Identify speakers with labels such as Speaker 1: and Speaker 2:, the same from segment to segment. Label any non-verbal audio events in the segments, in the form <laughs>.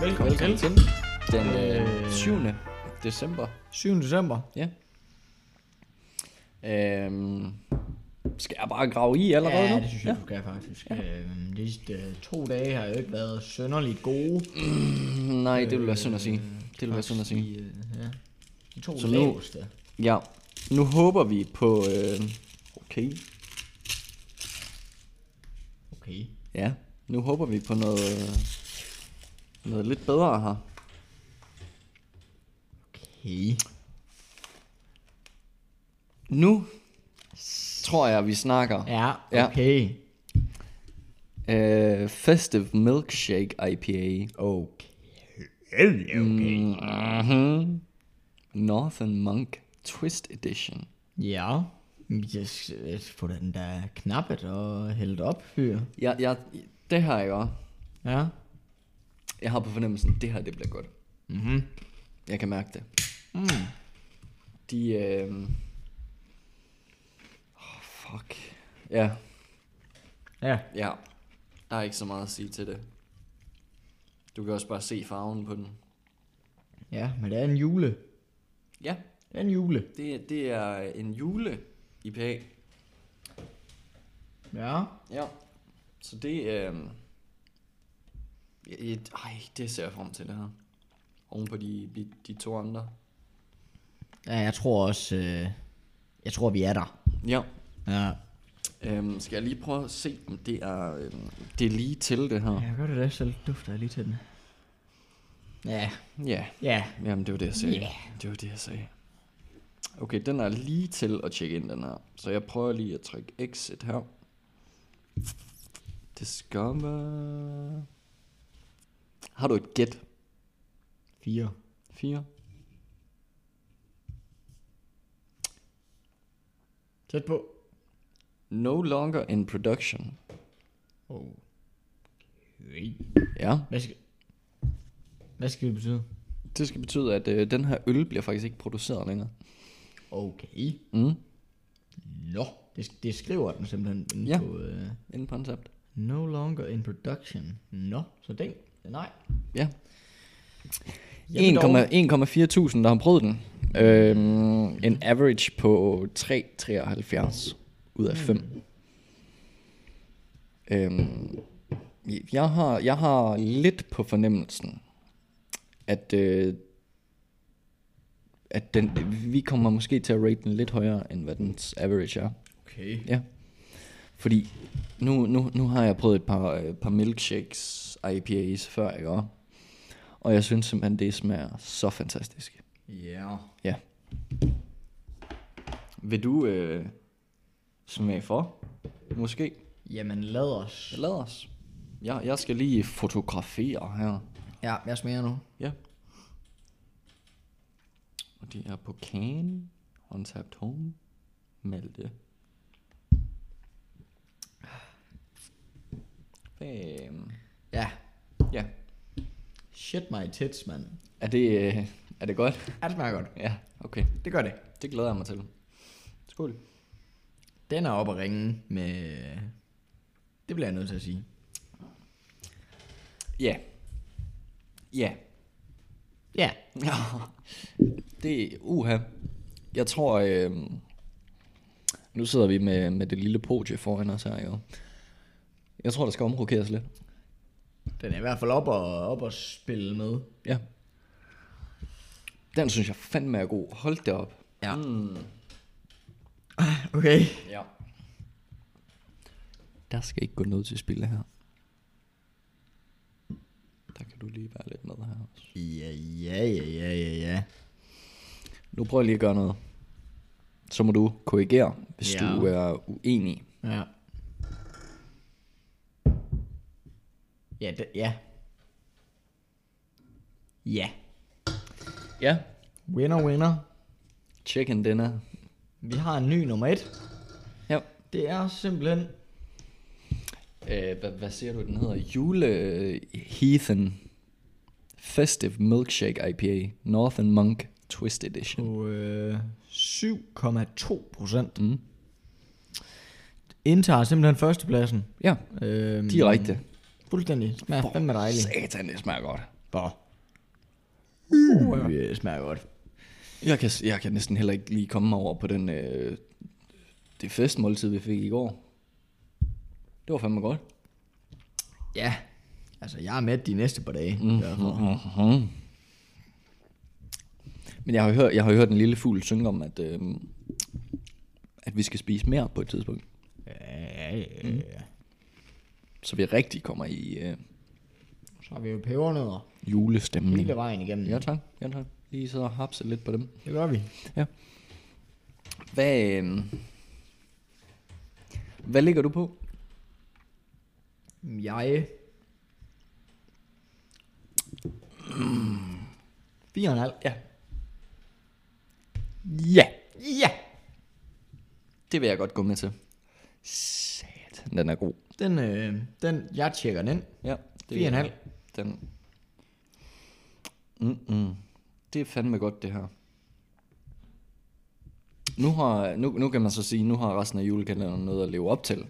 Speaker 1: Velkommen,
Speaker 2: Velkommen til den øh,
Speaker 1: Øh.
Speaker 2: 7. december.
Speaker 1: 7. december.
Speaker 2: Ja. Øhm, skal jeg bare grave i allerede
Speaker 1: Ja,
Speaker 2: nu?
Speaker 1: det synes jeg, ja. du kan faktisk. Ja. Øhm, de sidste øh, to dage har jo ikke været sønderligt gode.
Speaker 2: Nej, det vil være synd at sige. Mm,
Speaker 1: Øh,
Speaker 2: Det vil være synd at sige.
Speaker 1: De, øh, ja. de to
Speaker 2: Så
Speaker 1: Så
Speaker 2: nu-
Speaker 1: laveste. Nu...
Speaker 2: Ja, nu håber vi på... Øh, okay,
Speaker 1: Okay.
Speaker 2: ja. Nu håber vi på noget, øh, noget lidt bedre her.
Speaker 1: Okay.
Speaker 2: Nu tror jeg, vi snakker
Speaker 1: Ja,
Speaker 2: Ja.
Speaker 1: okay.
Speaker 2: øh, Festive Milkshake IPA.
Speaker 1: Okay. Okay. okay. Mm.
Speaker 2: Mm-hmm. Northern Monk Twist Edition.
Speaker 1: Ja. Vi skal s- øh, få den der knappet og hældt op, fyr.
Speaker 2: Ja, ja, det her, ikke også?
Speaker 1: Ja.
Speaker 2: Jeg har på fornemmelsen, det her, det bliver godt.
Speaker 1: Mhm.
Speaker 2: Jeg kan mærke det. Mm. De, øh... Oh, fuck. Ja,
Speaker 1: Ja.
Speaker 2: ja. Der er ikke så meget at sige til det. Du kan også bare se farven på den.
Speaker 1: Ja, men det er en jule.
Speaker 2: Ja,
Speaker 1: Det er en jule.
Speaker 2: det, det er en jule-IPA.
Speaker 1: Ja.
Speaker 2: Ja. Så det, øh... Jeg, jeg, ej, det ser jeg frem til det her. Oven på de, de, de to andre.
Speaker 1: Ja, jeg tror også, øh, jeg tror, vi er der.
Speaker 2: Ja.
Speaker 1: Ja.
Speaker 2: Øhm, skal jeg lige prøve at se, om det er, øhm, det er lige til det her?
Speaker 1: Jeg gør det da, så dufter jeg lige til den. Ja,
Speaker 2: Ja.
Speaker 1: ja.
Speaker 2: Jamen, det var det, jeg sagde.
Speaker 1: Ja.
Speaker 2: Det var det, jeg sagde. Okay, den er lige til at tjekke ind, den her. Så jeg prøver lige at trykke exit her. Det skammer... Har du et gæt?
Speaker 1: Fire.
Speaker 2: 4?
Speaker 1: Tæt på.
Speaker 2: No longer in production.
Speaker 1: Okay.
Speaker 2: Ja,
Speaker 1: Hvad skal, hvad skal det betyde?
Speaker 2: det skal betyde, at øh, den her øl bliver faktisk ikke produceret længere.
Speaker 1: Okay.
Speaker 2: Mm,
Speaker 1: Nå, det, det skriver den simpelthen inde
Speaker 2: Ja.
Speaker 1: ja. på uh,
Speaker 2: inden koncept.
Speaker 1: No longer in production. Nå, så den, nej.
Speaker 2: Ja,
Speaker 1: Jeg vil dog-
Speaker 2: 1,4.000, der har prøvet den. Øhm, en average på 3,73 ud af 5. Øhm, jeg, har, jeg har lidt på fornemmelsen, at, øh, at den, vi kommer måske til at rate den lidt højere, end hvad dens average er.
Speaker 1: Okay.
Speaker 2: Ja. Fordi nu, nu, nu har jeg prøvet et par, øh, par milkshakes IPAs før, ikke også? Og jeg synes simpelthen, det smager så fantastisk.
Speaker 1: Ja.
Speaker 2: Ja. Vil du øh, smage for? Måske?
Speaker 1: Jamen lad os.
Speaker 2: Lad os. Jeg, jeg skal lige fotografere her.
Speaker 1: Ja, jeg smager nu.
Speaker 2: Ja. Og det er på Can, Untapped Home, Malte. Bam.
Speaker 1: Ja.
Speaker 2: Ja.
Speaker 1: Shit my tits, mand.
Speaker 2: Er det, øh, er det godt?
Speaker 1: Ja, det smager godt.
Speaker 2: Ja, okay.
Speaker 1: Det gør det.
Speaker 2: Det glæder jeg mig til. Skål.
Speaker 1: Den er oppe at ringe med... Det bliver jeg nødt til at sige.
Speaker 2: Ja. Ja. <laughs>
Speaker 1: Ja.
Speaker 2: Det er uha. Jeg tror, øh, nu sidder vi med, med det lille podie foran os her, jo. Jeg tror, der skal omrokeres lidt.
Speaker 1: Den er i hvert fald op og, op og spille med.
Speaker 2: Ja. Den synes jeg fandme er god. Hold det op.
Speaker 1: Ja. Mm. Okay.
Speaker 2: Ja. Der skal ikke gå noget til spil her. Der kan du lige være lidt med her også.
Speaker 1: Ja, ja, ja, ja, ja, ja.
Speaker 2: Nu prøver jeg lige at gøre noget. Så må du korrigere, hvis
Speaker 1: Ja.
Speaker 2: ja. du er uenig.
Speaker 1: Ja. Ja, det, ja. Ja.
Speaker 2: Ja.
Speaker 1: Winner, winner.
Speaker 2: Chicken dinner.
Speaker 1: Vi har en ny nummer et.
Speaker 2: Ja.
Speaker 1: Det er simpelthen...
Speaker 2: Øh, hvad, hvad siger du, den hedder? Jule øh, Heathen Festive Milkshake IPA Northern Monk Twist Edition.
Speaker 1: på øh, 7,2 procent.
Speaker 2: Mm.
Speaker 1: Indtager simpelthen førstepladsen.
Speaker 2: Ja,
Speaker 1: Øhm,
Speaker 2: direkte.
Speaker 1: Fuldstændig. Smager fandme dejligt.
Speaker 2: Satan, det smager godt.
Speaker 1: Bare. Uh, det smager godt.
Speaker 2: Jeg kan, jeg kan næsten heller ikke lige komme over på den, øh, det festmåltid, vi fik i går. Det var fandme godt.
Speaker 1: Ja. Altså, jeg er med de næste par dage. Mm. Derfor.
Speaker 2: Mm-hmm. Men jeg har, jo hørt, jeg har jo hørt en lille fugl synge om, at, øh, at vi skal spise mere på et tidspunkt.
Speaker 1: Ja, ja, ja.
Speaker 2: Så vi rigtig kommer i øh,
Speaker 1: Så har vi jo pebernødder
Speaker 2: julestemning.
Speaker 1: hele vejen igennem.
Speaker 2: Mm. Ja tak, ja tak. Lige sidde og hapse lidt på dem.
Speaker 1: Det gør vi.
Speaker 2: Ja. Hvad, øh, hvad ligger du på?
Speaker 1: Jeg... Fire og en halv.
Speaker 2: Ja. Ja,
Speaker 1: Ja!
Speaker 2: det vil jeg godt gå med til. Sat, den er god.
Speaker 1: Den, øh, den, jeg tjekker den. ind.
Speaker 2: Ja,
Speaker 1: Fire og en halv.
Speaker 2: Den. Mm-mm. Det er fandme godt, det her. Nu, har, nu, nu kan man så sige, nu har resten af julekalenderen noget at leve op til.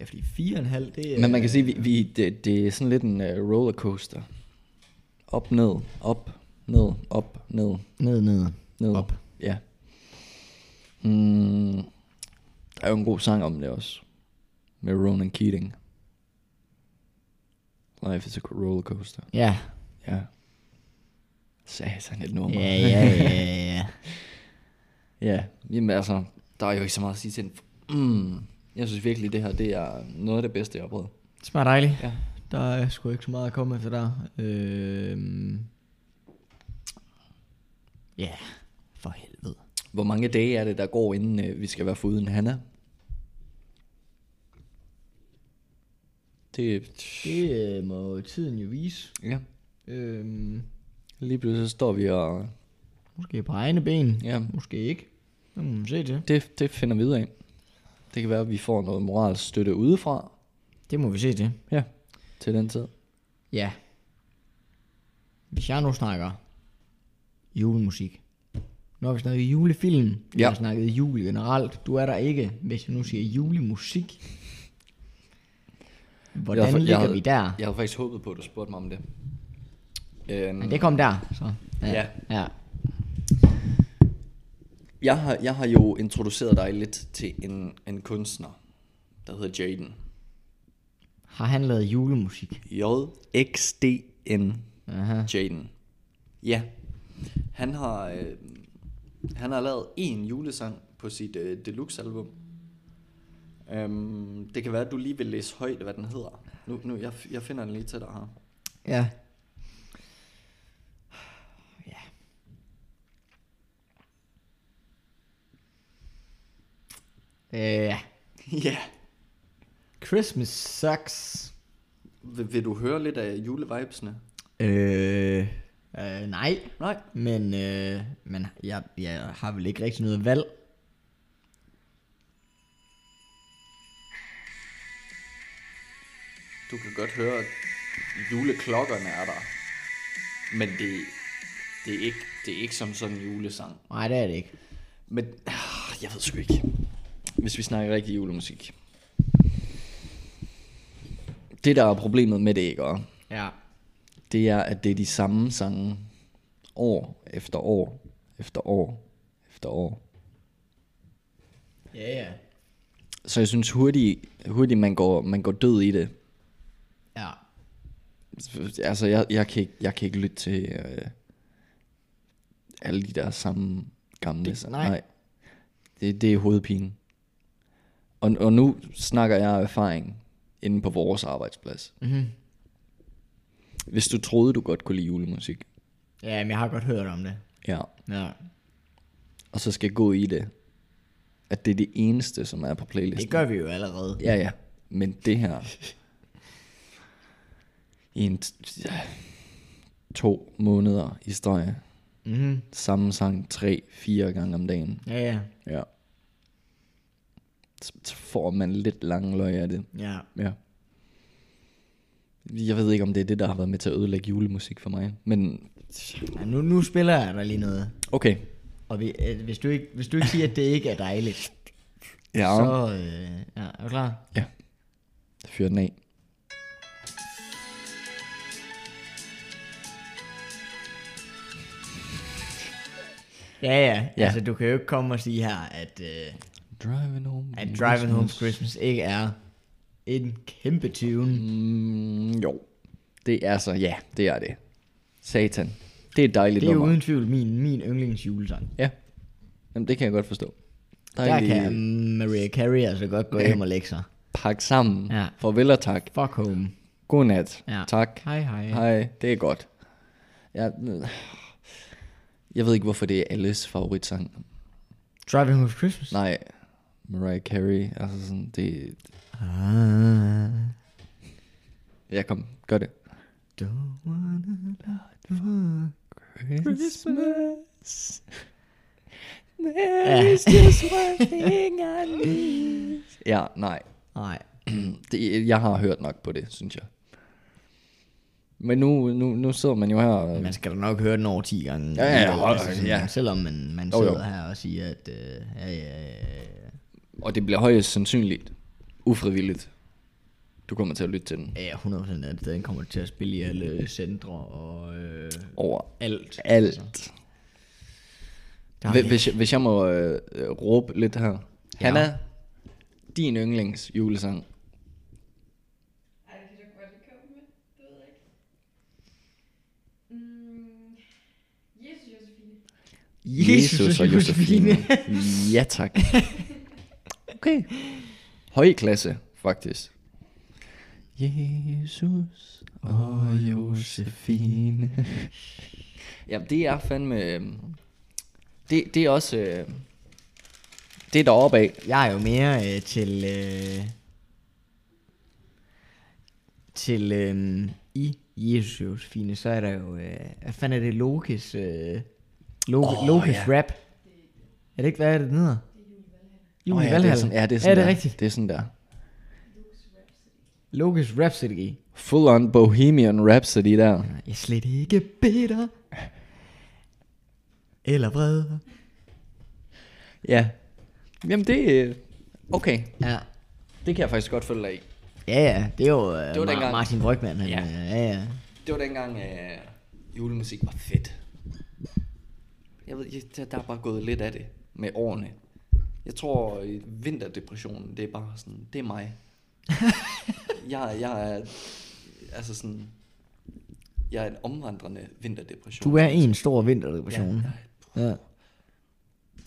Speaker 1: Ja, fordi fire og en halv, det er...
Speaker 2: Men man kan sige, vi, vi, det, det er sådan lidt en uh, rollercoaster. Op, ned, op, ned, op, ned,
Speaker 1: Ned, ned.
Speaker 2: ned.
Speaker 1: Op.
Speaker 2: Ja. Mm, der er jo en god sang om det også. Med Ronan Keating. Life is a rollercoaster.
Speaker 1: Ja.
Speaker 2: Ja. Satan, et nummer. <laughs>
Speaker 1: Ja, ja, ja, ja.
Speaker 2: ja. Jamen altså, der er jo ikke så meget at sige til den. Mm. Jeg synes virkelig, det her det er noget af det bedste, jeg har prøvet.
Speaker 1: Det smager dejligt.
Speaker 2: Ja.
Speaker 1: Der er sgu ikke så meget at komme efter der. Øh... Ja, for helvede.
Speaker 2: Hvor mange dage er det, der går, inden øh, vi skal være foruden Hanna? Det,
Speaker 1: Det øh, må tiden jo vise.
Speaker 2: ja.
Speaker 1: Øh,
Speaker 2: Lige pludselig så står vi og...
Speaker 1: måske på egne ben.
Speaker 2: Ja,
Speaker 1: Måske ikke. Nu må man se det.
Speaker 2: det, det finder vi ud af. Det kan være, at vi får noget moralsk støtte udefra.
Speaker 1: Det må vi se det.
Speaker 2: Ja. Til den tid.
Speaker 1: Ja. Hvis jeg nu snakker julemusik. Nu har vi snakket julefilm. Vi
Speaker 2: Ja.
Speaker 1: har snakket jul generelt. Du er der ikke, hvis jeg nu siger julemusik. Hvordan
Speaker 2: Jeg- jeg-
Speaker 1: ligger vi der?
Speaker 2: Jeg havde faktisk håbet på, at du spurgte mig om det. Øhm,
Speaker 1: Men det kom der, så.
Speaker 2: Ja.
Speaker 1: ja.
Speaker 2: Jeg har, jeg har jo introduceret dig lidt til en, en kunstner, der hedder Jaden.
Speaker 1: Har han lavet julemusik?
Speaker 2: J-X-D-N.
Speaker 1: Aha.
Speaker 2: Jaden. Ja. Han har, øh, han har lavet en julesang på sit øh, deluxe-album. Øhm, det kan være, at du lige vil læse højt, hvad den hedder. Nu, nu jeg, jeg finder den lige til dig her.
Speaker 1: Ja. Ja. Øh,
Speaker 2: ja.
Speaker 1: Christmas sucks.
Speaker 2: Vil, vil du høre lidt af julevibesene?
Speaker 1: Øh, øh nej.
Speaker 2: Nej.
Speaker 1: Men, øh, men jeg, jeg har vel ikke rigtig noget valg.
Speaker 2: Du kan godt høre, at juleklokkerne er der. Men det, det, er, ikke, det er ikke som sådan en julesang.
Speaker 1: Nej, det er det ikke.
Speaker 2: Men ah, jeg ved sgu ikke. Hvis vi snakker rigtig julemusik. Det, der er problemet med det, ikke? også?
Speaker 1: Ja.
Speaker 2: Det er, at det er de samme sange år efter år efter år efter år.
Speaker 1: Ja, ja.
Speaker 2: Så jeg synes hurtigt, hurtigt man, går, man går død i det.
Speaker 1: Ja.
Speaker 2: Altså, jeg, jeg, kan, ikke, jeg kan ikke lytte til øh, alle de der samme gamle.
Speaker 1: Det-
Speaker 2: sange.
Speaker 1: nej.
Speaker 2: Det, det er hovedpine. Og, og nu snakker jeg af erfaring inde på vores arbejdsplads.
Speaker 1: Mm-hmm.
Speaker 2: Hvis du troede, du godt kunne lide julemusik,
Speaker 1: Ja, men jeg har godt hørt om det.
Speaker 2: ja,
Speaker 1: Ja.
Speaker 2: og så skal gå i det, at det er det eneste, som er på playlisten.
Speaker 1: Det gør vi jo allerede.
Speaker 2: Ja, ja. Men det her... I en t- ja, to måneder i streg.
Speaker 1: Mm-hmm.
Speaker 2: samme sang tre, fire gange om dagen.
Speaker 1: Ja, ja.
Speaker 2: Ja. Så så får man lidt lange løg af det.
Speaker 1: Ja.
Speaker 2: Ja. Jeg ved ikke, om det er det, der har været med til at ødelægge julemusik for mig. Men
Speaker 1: ja nu, nu spiller jeg dig lige noget.
Speaker 2: okay.
Speaker 1: Og vi, øh, hvis, du ikke, hvis du ikke siger, at det ikke er dejligt,
Speaker 2: Ja.
Speaker 1: så
Speaker 2: Så...
Speaker 1: øh, ja, er du klar?
Speaker 2: ja. Fyr den af.
Speaker 1: Ja, ja,
Speaker 2: Ja.
Speaker 1: ja. Altså, du kan jo ikke komme og sige her, at, øh,
Speaker 2: Driving home.
Speaker 1: at Driving Home for Christmas ikke er en kæmpe tune.
Speaker 2: Mm, jo. Det er så, ja, det er det. Satan. Det er et dejligt
Speaker 1: Det er jo
Speaker 2: nummer.
Speaker 1: uden tvivl min, min yndlings julesang.
Speaker 2: Ja. Jamen, det kan jeg godt forstå.
Speaker 1: Der kan Maria Carey altså godt gå hjem og lægge sig.
Speaker 2: pakke sammen.
Speaker 1: Ja.
Speaker 2: Farvel og tak.
Speaker 1: Fuck home.
Speaker 2: Godnat.
Speaker 1: Ja.
Speaker 2: Tak.
Speaker 1: Hej, hej.
Speaker 2: Hej, det er godt. Jeg, jeg ved ikke, hvorfor det er alles favoritsang.
Speaker 1: Driving Home for Christmas.
Speaker 2: Nej, Mariah Carey. Altså sådan, det...
Speaker 1: Ah,
Speaker 2: Ja, kom, gør det.
Speaker 1: don't wanna love
Speaker 2: Christmas.
Speaker 1: Ja.
Speaker 2: There is just one thing I need. <laughs> Ja, nej. <clears throat>
Speaker 1: Nej.
Speaker 2: Det, jeg har hørt nok på det, synes jeg. Men nu, nu, nu sidder man jo her. og-
Speaker 1: Man skal da nok høre den over 10 gange.
Speaker 2: Mm. Ja, ja,
Speaker 1: alligevel,
Speaker 2: hold-
Speaker 1: sådan,
Speaker 2: ja.
Speaker 1: Selvom man, man
Speaker 2: Jo, jo.
Speaker 1: sidder her og siger, at øh, ja, ja, ja, ja.
Speaker 2: Og det bliver højst sandsynligt ufrivilligt. Du kommer til at lytte til den.
Speaker 1: Ja, 100% at den kommer til at spille i alle centre og øh,
Speaker 2: Over
Speaker 1: alt.
Speaker 2: alt.
Speaker 1: Der er
Speaker 2: Hvis-
Speaker 1: vi-
Speaker 2: Hvis, jeg- hvis jeg må øh, øh, råbe lidt her. Ja. Hanna, din yndlings julesang.
Speaker 3: Ej, det kan du godt lige komme med. Det ved jeg ikke. Mm. Jesus, Josefine.
Speaker 1: Jesus og Josefine.
Speaker 2: ja tak. Okay. Høj klasse, faktisk. Jesus og Josefine. Jamen, det er fandme... øh, Det, det er også... øh, Det er deroppe af.
Speaker 1: Jeg er jo mere øh, til... Øh, til... Øh, I Jesus Josefine, så er der jo... Øh, hvad fanden er det? Lokes... Øh, Loke,
Speaker 2: Åh,
Speaker 1: oh, Lokes
Speaker 2: ja.
Speaker 1: ja. rap. Er det ikke, hvad er det, den hedder? Jul
Speaker 2: Åh ja, det
Speaker 1: i
Speaker 2: er
Speaker 1: Valhalla.
Speaker 2: sådan- Ja, det er sådan
Speaker 1: er det
Speaker 2: der.
Speaker 1: rigtigt?
Speaker 2: Det er sådan der.
Speaker 1: Lokes Rhapsody.
Speaker 2: Full on Bohemian Rhapsody der.
Speaker 1: Jeg er slet ikke bitter. Eller vred.
Speaker 2: Ja. Jamen det... øh, Okay.
Speaker 1: Ja.
Speaker 2: Det kan jeg faktisk godt følge dig i.
Speaker 1: Ja, ja, det er jo øh,
Speaker 2: var
Speaker 1: Ma-
Speaker 2: dengang.
Speaker 1: Martin Brygman. Han,
Speaker 2: Ja.
Speaker 1: ja. ja, ja.
Speaker 2: Det var dengang, øh, julemusik var fedt. Jeg ved, ikke, der, der er bare gået lidt af det med årene. Jeg tror, øh, vinterdepressionen, det er bare sådan, det er
Speaker 1: <laughs>
Speaker 2: mig. jeg, jeg er, altså sådan, jeg er en omvandrende vinterdepression.
Speaker 1: Du er en stor vinterdepression.
Speaker 2: Ja,
Speaker 1: Ja. ja.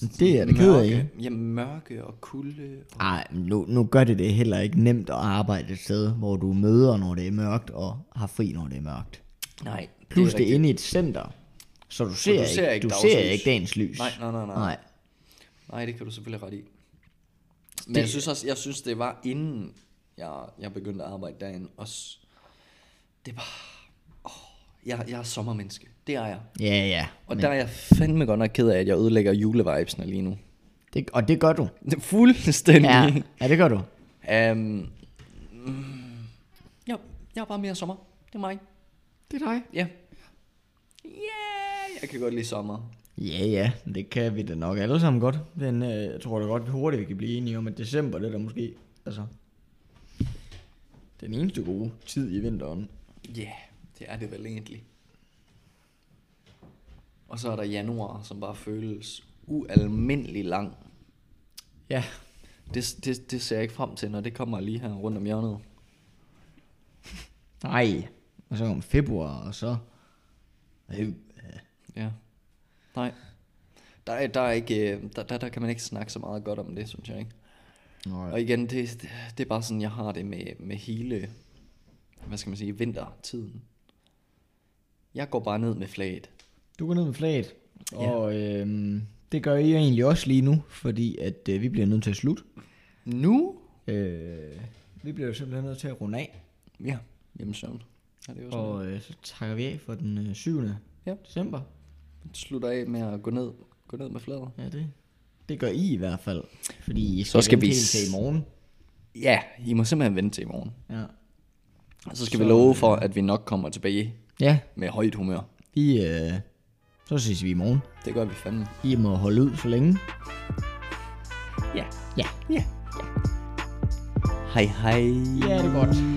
Speaker 1: Det er det ked af.
Speaker 2: Mørke- Ja, mørke og kulde. Og,
Speaker 1: Ej, men nu, nu gør det det heller ikke nemt at arbejde et sted, hvor du møder, når det er mørkt, og har fri, når det er mørkt.
Speaker 2: nej, det er
Speaker 1: Plus det er
Speaker 2: rigtigt.
Speaker 1: inde i et center, så du ser,
Speaker 2: du ser
Speaker 1: ikke,
Speaker 2: ikke
Speaker 1: du ser
Speaker 2: dagslys.
Speaker 1: ikke dagens lys.
Speaker 2: Nej, nej, nej, nej.
Speaker 1: nej.
Speaker 2: Nej, det kan du selvfølgelig ret i. Men jeg synes også, jeg synes, det var inden jeg, jeg begyndte at arbejde derinde også. Det var... Åh, jeg, jeg er sommermenneske. Det er jeg.
Speaker 1: Ja, ja.
Speaker 2: Og der er jeg fandme godt nok ked af, at jeg ødelægger julevibesene lige nu. <laughs>
Speaker 1: Det, og det gør du. Ja,
Speaker 2: Fuldstændig.
Speaker 1: ja det gør du.
Speaker 2: Ja. Um, jeg, jeg er bare mere sommer. Det er mig.
Speaker 1: Det er dig.
Speaker 2: Ja. Yeah, jeg kan godt lide sommer.
Speaker 1: Ja, ja, det kan vi da nok alle sammen godt. Men øh, jeg tror da godt, vi hurtigt vi kan blive enige om, at december, det er da måske, altså, den eneste gode tid i vinteren.
Speaker 2: Ja, yeah, det er det vel egentlig. Og så er der januar, som bare føles ualmindelig lang.
Speaker 1: Ja.
Speaker 2: Det, det, det ser jeg ikke frem til, når det kommer lige her rundt om hjørnet.
Speaker 1: Nej. Og så om februar, og så... Øh,
Speaker 2: Ja. Nej. Der, er- der, er ikke, øh, der, der, der kan man ikke snakke så meget godt om det, synes jeg ikke.
Speaker 1: Nå,
Speaker 2: Og igen, det, det er bare sådan, jeg har det med, med hele, hvad skal man sige, vintertiden. Jeg går bare ned med flaget.
Speaker 1: du går ned med flaget,
Speaker 2: Ja.
Speaker 1: og øhm, det gør I egentlig også lige nu, fordi at øh, vi bliver nødt til at slutte.
Speaker 2: Nu?
Speaker 1: Øh, vi bliver jo simpelthen nødt til at runde af,
Speaker 2: Ja, hjemme søvn. Ja, det er jo sådan,
Speaker 1: og øh, så takker vi af for den øh, 7.
Speaker 2: Ja.
Speaker 1: december.
Speaker 2: man slutter af med at gå ned, gå ned med flaget.
Speaker 1: Ja, det, det gør I i hvert fald. Fordi I skal
Speaker 2: Så skal vi
Speaker 1: vente helt til
Speaker 2: s-
Speaker 1: i morgen.
Speaker 2: Ja, I må simpelthen vente til i morgen.
Speaker 1: Ja.
Speaker 2: Og så skal så, vi love for, at vi nok kommer tilbage
Speaker 1: ja,
Speaker 2: med højt humør.
Speaker 1: I, øh, så ses vi i morgen.
Speaker 2: Det gør vi fandme.
Speaker 1: I må holde ud så længe.
Speaker 2: Ja.
Speaker 1: Ja.
Speaker 2: Hej hej.
Speaker 1: Ja, det er godt.